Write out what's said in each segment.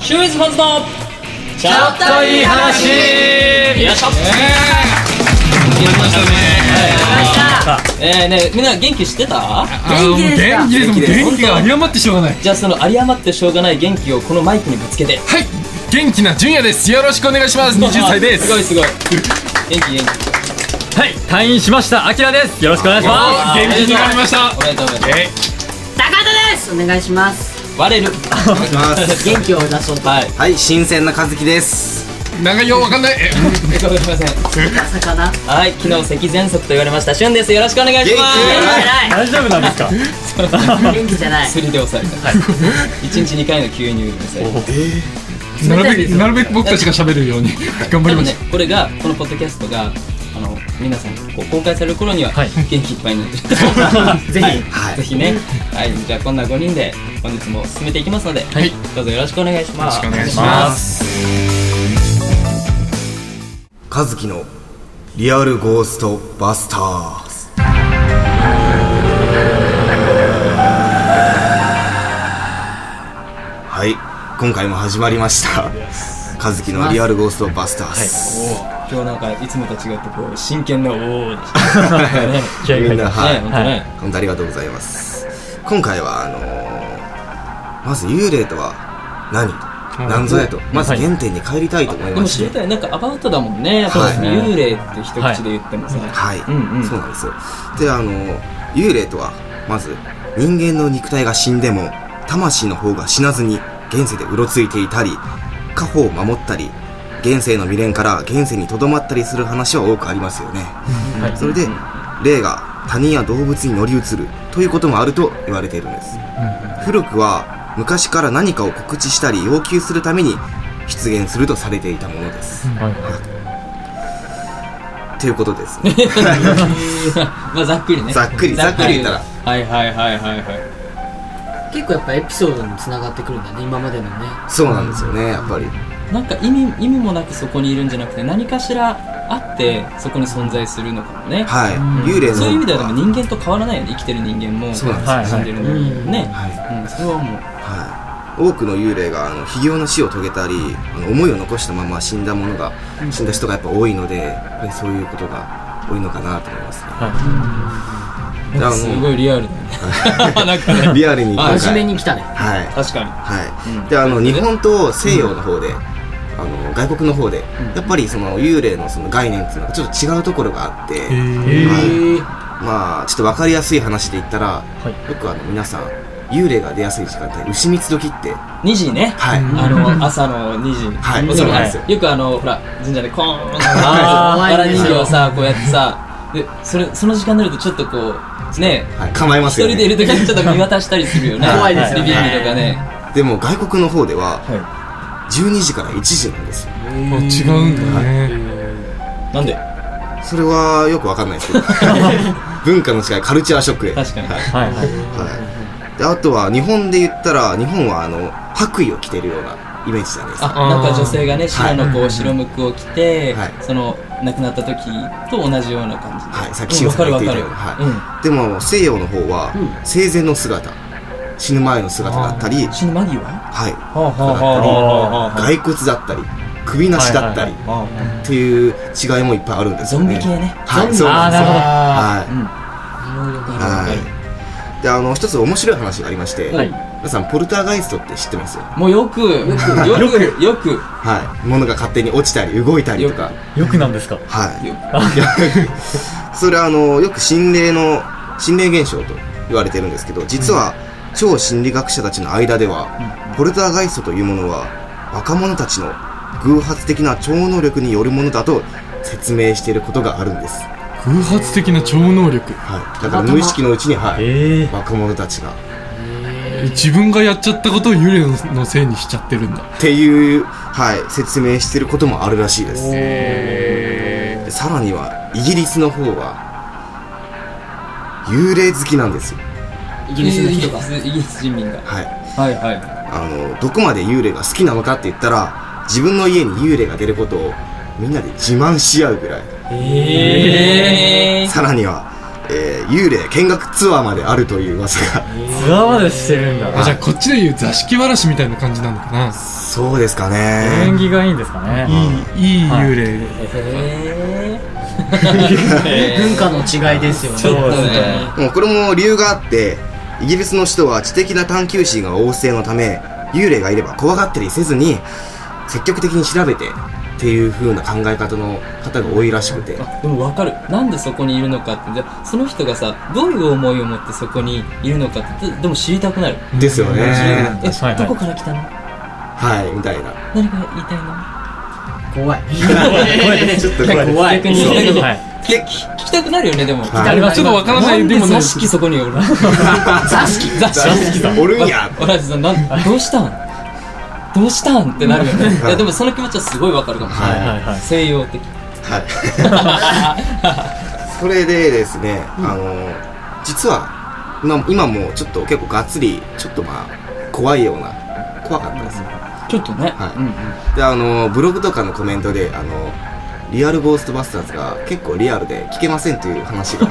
シューイズファンズのちょっといい話よいしょやりましたねえーねみんな元気してたあ元の気でした元気ですもん元気が有り余ってしょうがないじゃあその有り余ってしょうがない元気をこのマイクにぶつけてはい元気な純也ですよろしくお願いします20歳ですすごいすごい元気元はい、退院しました、あきらです。よろしくお願いしまあ元気になりまし気たおめでとうおめでとうえ高田ですお願いします割れるいきます元気を出そうとはいはい新鮮な和樹ですなんかようわかんないええごめんなさい朝かなはい昨日咳喘息と言われましたしゅんですよろしくお願いしま元気すないす。大丈夫なんですか。 元気じゃない薬で抑えたはい1日2回の吸入ですねなるべくなるべく僕たちが喋るように頑で張りもまねしこれがこのポッドキャストがあの皆さんにこう公開される頃にははい元気いっぱいに なってるぜひはいぜひねはいじゃあこんな5人で本日も進めていきますのでいどうぞよろしくお願いしますよろしくお願いします和樹のリアルゴーストバスターズはい今回も始まりました和樹のリアルゴーストバスターズ、今日なんかいつもと違ってこう真剣なおおね気合いみ入んりなます。はい、本当ね本当ありがとうございます今回はあのーまず幽霊とは何何ぞやとまず原点に帰りたいと思いでまもして知りたいなんかアバウトだもんねそうですね幽霊って一口で言ってもさはい、うんうんそうなんですよであの幽霊とはまず人間の肉体が死んでも魂の方が死なずに現世でうろついていたり家宝を守ったり現世の未練から現世にとどまったりする話は多くありますよね、はいそれで霊が他人や動物に乗り移るということもあると言われているんです、古くは昔から何かを告知したり要求するために出現するとされていたものです、ということですね まあざっくりねざっくりざっくり言ったらはいはいはいはいはい結構やっぱエピソードにつながってくるんだね今までのねそうなんですよね、やっぱり。なんか意味意味もなくそこにいるんじゃなくて何かしらあってそこに存在するのかもね、はい。幽霊の。そういう意味ではでも人間と変わらないよね生きてる人間もそうなんですはい死んでる人間もね、はうん、それはもうはい。多くの幽霊が、あの、非業の死を遂げたり、あの思いを残したまま死んだものが、死んだ人がやっぱ多いので、やっぱりそういうことが多いのかなと思いますなね。んかあのすごいリアルだねなんかねリアルに今回。真面目に来たねはい。確かにはい、うんであのそうで日すね本と西洋の方で、あの外国の方で、やっぱりその幽霊のその概念っていうのがちょっと違うところがあって、はいまあちょっと分かりやすい話で言ったら、よくあの皆さん幽霊が出やすい時間帯牛三つ時っては2時ねい、あの朝の2時はい遅そうくなんなですいよよくあのほら神社でコーンってあーわら人形を怖いさこうやってさでそれその時間になるとちょっとこうねはい、構えま一すよ人ねでいる時にちょっと見渡したりするよね怖いですよねリビングとかねでも外国の方では、はい12時から1時なんですよあ違うんだねなんでそれはよく分かんないで すけど文化の違いカルチャーショックへ確かにはい、はい、はい、であとは日本で言ったら日本はあの白衣を着てるようなイメージじゃないですあかなんか女性がね白のこう白むくを着て、はいその亡くなった時と同じような感じで、はいさっき潮さんが言っていたような、うんわかるわかはいでも西洋の方はう生前の姿死ぬ前の姿だったり、死ぬ間際ははい、あはあはあはあ骸骨だったり首なしだったり、っていう違いもいっぱいあるんですゾよンビね系ねはゾンビいそうなんですよあーなるほどはい、ははいであの一つ面白い話がありまして、はい皆さんポルターガイストって知ってますよもうよくよくよくよくはい物が勝手に落ちたり動いたりとかよくなんですか。はいよいや それはあのよく心霊の心霊現象と言われてるんですけど実は、超心理学者たちの間では、ポルターガイストというものは若者たちの偶発的な超能力によるものだと説明していることがあるんです、偶発的な超能力はい、だから無意識のうちに、はい、ええ若者たちが自分がやっちゃったことを幽霊のせいにしちゃってるんだっていう、はい、説明してることもあるらしいですでさらにはイギリスの方は幽霊好きなんですよイギリスの人がイギリス人民がはいはいはいあのどこまで幽霊が好きなのかって言ったら自分の家に幽霊が出ることをみんなで自慢し合うぐらいええさらにはえー幽霊見学ツアーまであるという噂がツアーまでしてるんだあじゃあこっちで言う座敷わらしみたいな感じなのかなそうですか縁ね起がいいんですかねいいいい幽霊、へ 文化の違いですよねちょっーとねもうこれも理由があってイギリスの人は知的な探求心が旺盛のため幽霊がいれば怖がったりせずに積極的に調べてっていう風な考え方の方が多いらしくてあでも分かるなんでそこにいるのかってでその人がさどういう思いを持ってそこにいるのかってででも知りたくなるですよねえ、はいはいどこから来たのはいみたいな何か言いたいの怖いちょっと怖い怖い逆にそう逆にはい聞きたくなるよねでも、はいあれはちょっとわからないなんででもな座い敷そこにおるの座敷座座敷さんおるんやわらじさんなんどうしたんどうしたんってなるよねいやでもその気持ちはすごいわかるかもしれない、はいはい西洋的はい それでですね、あの実は今今もちょっと結構がっつりちょっとまあ怖いような怖かったですちょっとね、はいうんうんであのブログとかのコメントであのリアルゴーストバスターズが結構リアルで聞けませんという話 が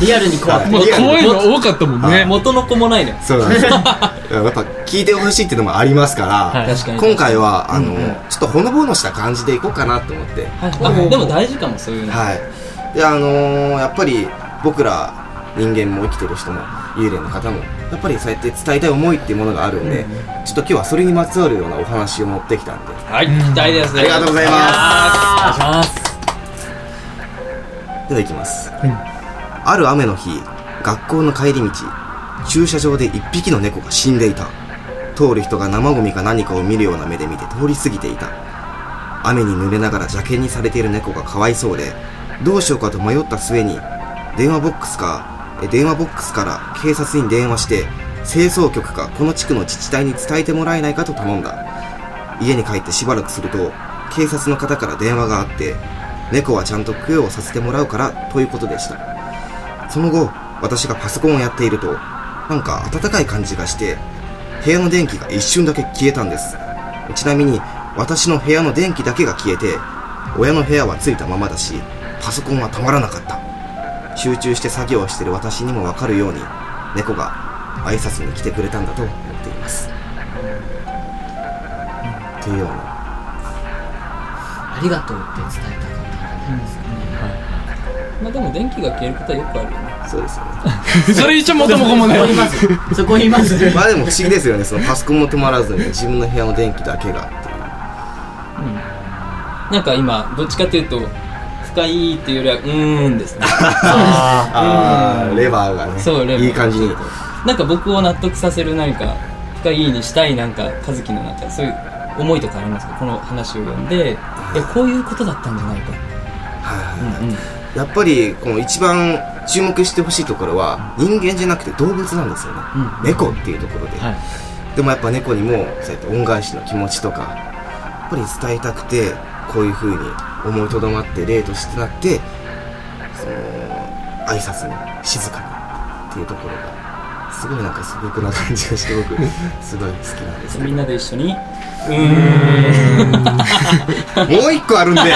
リアルに怖いはいまあ、リアル怖いの多かったもんね、はい元の子もないのよそうなんですよやっぱ聞いてほしいっていうのもありますから、はい確かに今回はあの、うんうんちょっとほのぼのした感じでいこうかなと思ってはいあでも大事かもそういうの、はい。で、あのーやっぱり僕ら人間も生きてる人も幽霊の方も、やっぱりそうやって伝えたい思いっていうものがあるんで、ちょっと今日はそれにまつわるようなお話を持ってきたんで。はい、期待ですありがとうございますお願いしますでは行きまいす。ある雨の日、学校の帰り道、駐車場で一匹の猫が死んでいた。通る人が生ゴミか何かを見るような目で見て通り過ぎていた。雨に濡れながら邪険にされている猫がかわいそうで、どうしようかと迷った末に、電話ボックスか、え電話ボックスから警察に電話して、清掃局かこの地区の自治体に伝えてもらえないかと頼んだ。家に帰ってしばらくすると、警察の方から電話があって、猫はちゃんと供養させてもらうからということでしたその後私がパソコンをやっているとなんか暖かい感じがして部屋の電気が一瞬だけ消えたんですちなみに私の部屋の電気だけが消えて親の部屋はついたままだしパソコンはたまらなかった集中して作業をしている私にも分かるように猫が挨拶に来てくれたんだと思っていますっていうようなありがとうって伝えたかったんじゃないですかねまあでも電気が消えることはよくあるよねそうですよねそれ一応元も子もねそこいますそこいます まあでも不思議ですよね、そのパソコンも止まらずに自分の部屋の電気だけがっていう。なんか今どっちかというと深いっていうよりはうーん ですねああー、レバーがね、そうレバーいい感じに。なんか僕を納得させる何か深いにしたいなんか和樹のなんかそういう思いとかありますかこの話を読んでいやこういうことだったんじゃないかはいはいうんうんやっぱり、この一番注目してほしいところは、人間じゃなくて動物なんですよね。うん猫っていうところで。はでもやっぱ猫にも、そうやって恩返しの気持ちとか、やっぱり伝えたくて、こういう風に思いとどまって、例としてなって、その、挨拶に静かにっていうところが、すごいなんか素朴な感じがして、僕、すごい好きなんですけどみんなで一緒にもう一個あ るんでもう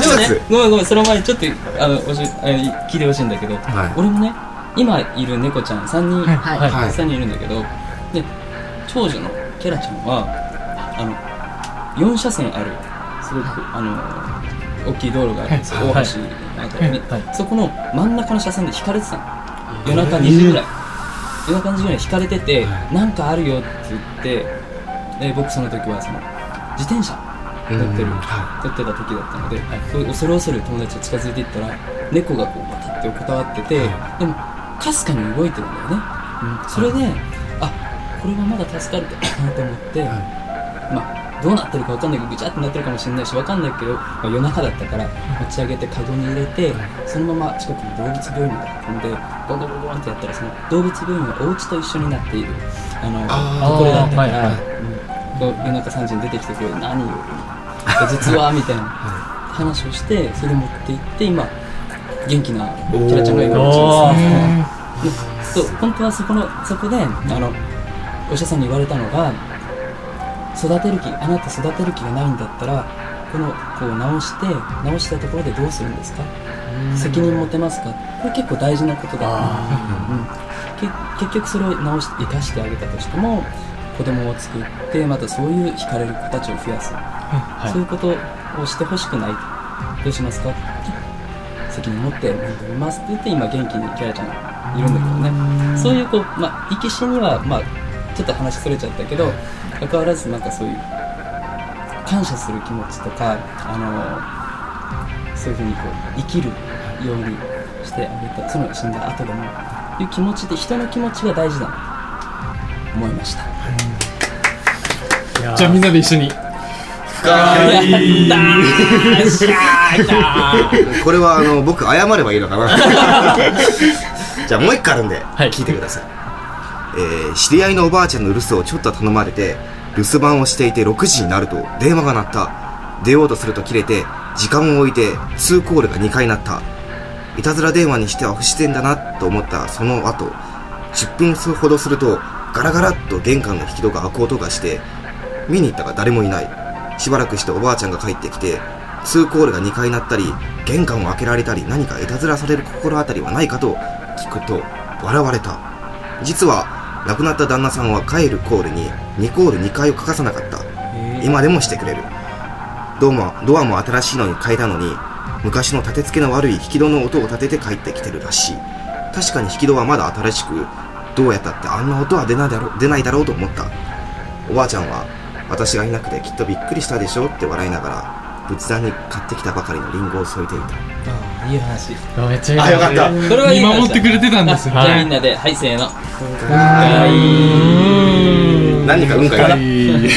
一でもねつ、ごめんごめんその前にちょっとあのおしあの聞いてほしいんだけど、はい俺もね今いる猫ちゃん3人、はいはいはい3人いるんだけどで長女のケラちゃんはあの4車線あるすごく、あの大きい道路があるんですよ、はい大橋のあたりに、はいそこの真ん中の車線で引かれてたの夜中2時ぐらい、夜中2時ぐらいに引かれてて、なんかあるよって言ってで僕その時はその自転車乗ってる、うんは撮ってた時だったので、そういう恐る恐る友達が近づいていったら猫がこうバタッて横たわってて、でもかすかに動いてるんだよね、それで、あこれはまだ助かるかと思って、まあどうなってるかわかんないけどぐちゃってなってるかもしれないしわかんないけど、まあ、夜中だったから持ち上げてカゴに入れて、そのまま近くの動物病院まで運んでゴンゴンゴンゴンってやったらその動物病院はお家と一緒になっているあのあーところだったから、はいはいこう夜中3時に出てきてくれ何よ実はみたいな話をしてそれで持って行って今元気なキャラちゃんがいるうちおですねーそう本当はそこのそこであのお医者さんに言われたのが育てる気あなた育てる気がないんだったらこの子を治して治したところでどうするんですかっ責任持てますかこれ結構大事なことだ、うん、け結局それを直し生かしてあげたとしても子供を作ってまたそういう惹かれる子たちを増やす、いそういうことをしてほしくないどうしますか責任持って面倒見ますって言って今元気にキャラちゃんいるんだけどねそういうこうまあ生き死にはまあちょっと話それちゃったけど関わらずなんかそういう感謝する気持ちとかあのそういうふうにこう生きるようにしてあげたその死んだ後でもいう気持ちで人の気持ちが大事だなと思いましたじゃあみんなで一緒に これはあの僕謝ればいいのかなじゃあもう一個あるんでい聞いてください、えー知り合いのおばあちゃんの留守をちょっと頼まれて留守番をしていて6時になると電話が鳴った出ようとすると切れて時間を置いて2コールが2回鳴ったいたずら電話にしては不自然だなと思ったその後10分ほどするとガラガラっと玄関の引き戸が開く音がして見に行ったが誰もいないしばらくしておばあちゃんが帰ってきて2コールが2回鳴ったり玄関を開けられたり何かいたずらされる心当たりはないかと聞くと笑われた実は亡くなった旦那さんは帰るコールに2コール2回を欠かさなかった今でもしてくれるドアもドアも新しいのに変えたのに昔の立て付けの悪い引き戸の音を立てて帰ってきてるらしい確かに引き戸はまだ新しくどうやったってあんな音は出ないだろう出ないだろうと思ったおばあちゃんは私がいなくてきっとびっくりしたでしょって笑いながら仏壇に買ってきたばかりのリンゴを添えていたいい話あめっちゃいいあよかったこれはいい見話だ守ってくれてたんですよじゃあみねんなではいせーの何か運がいい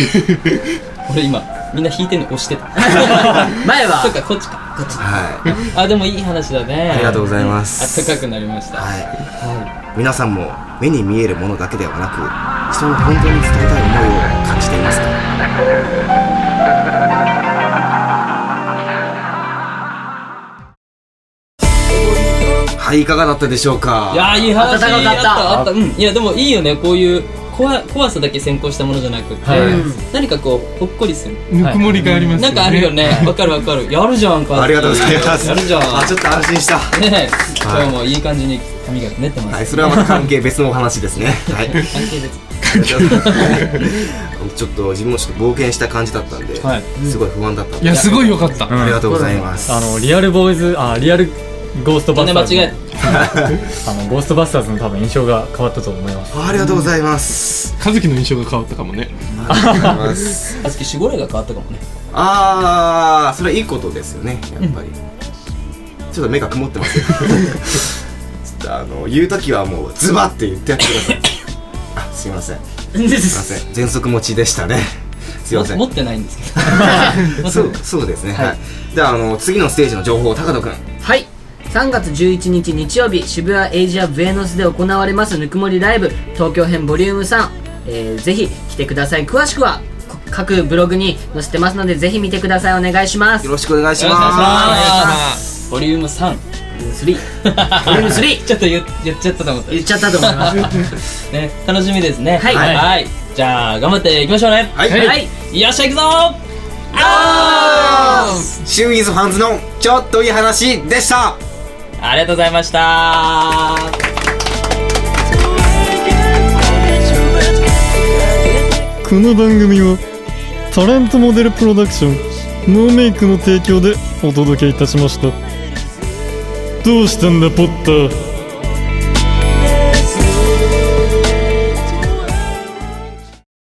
俺今みんな弾いてんの押してた前 はそっかこっちかこっちはいあでもいい話だねありがとうございまあすったかくなりましたはい、皆さんも目に見えるものだけではなく人の本当に伝えたい思いを感じていますかはいいかがだったでしょういかやーいい話暖かかあったったあったうんいやでもいいよねこういう怖怖さだけ先行したものじゃなくって、はい何かこうほっこりするぬくもりがありますよなねんかあるよねわかるわかるやるじゃんかありがとうございますやるじゃんあちょっと安心したねえはい今日もいい感じに髪が練ってます、はいそれはまた関係別のお話です ねはい関係別ちょっと自分もちょっと冒険した感じだったんで、はいすごい不安だったんいでやすごいよかったありがとうございますあのリアルボーイズあリアルゴーストバとねスタ間ーズ違えあのゴーストバスターズの多分印象が変わったと思いますありがとうございます和樹の印象が変わったかもねありがとうございますたあつき守護霊が変わったかもねああそれいいことですよねやっぱり、ちょっと目が曇ってますよちょっとあの言う時はもうズバって言ってやってくだ さいあすいませんすいません全息持ちでしたねすいませんも持ってないんですけどそうそうですねはい、ではあの次のステージの情報を高野君はい3月11日日曜日渋谷エイジアブエノスで行われますぬくもりライブ東京編ボリューム3、えー、ぜひ来てください詳しくはこ各ブログに載せてますのでぜひ見てくださいお願いしますよろしくお願いしよろしくお願まいすしますボリューム3 3ボリューム3 ちょっと言言っちゃったと思った言っちゃったと思いますね楽しみですねはいはい、はいじゃあ頑張っていきましょうねはい、はいよっしゃ行くぞーシューイズファンズのちょっといい話でしたありがとうございました。この番組はタレントモデルプロダクションノーメイクの提供でお届けいたしましたどうしたんだポッター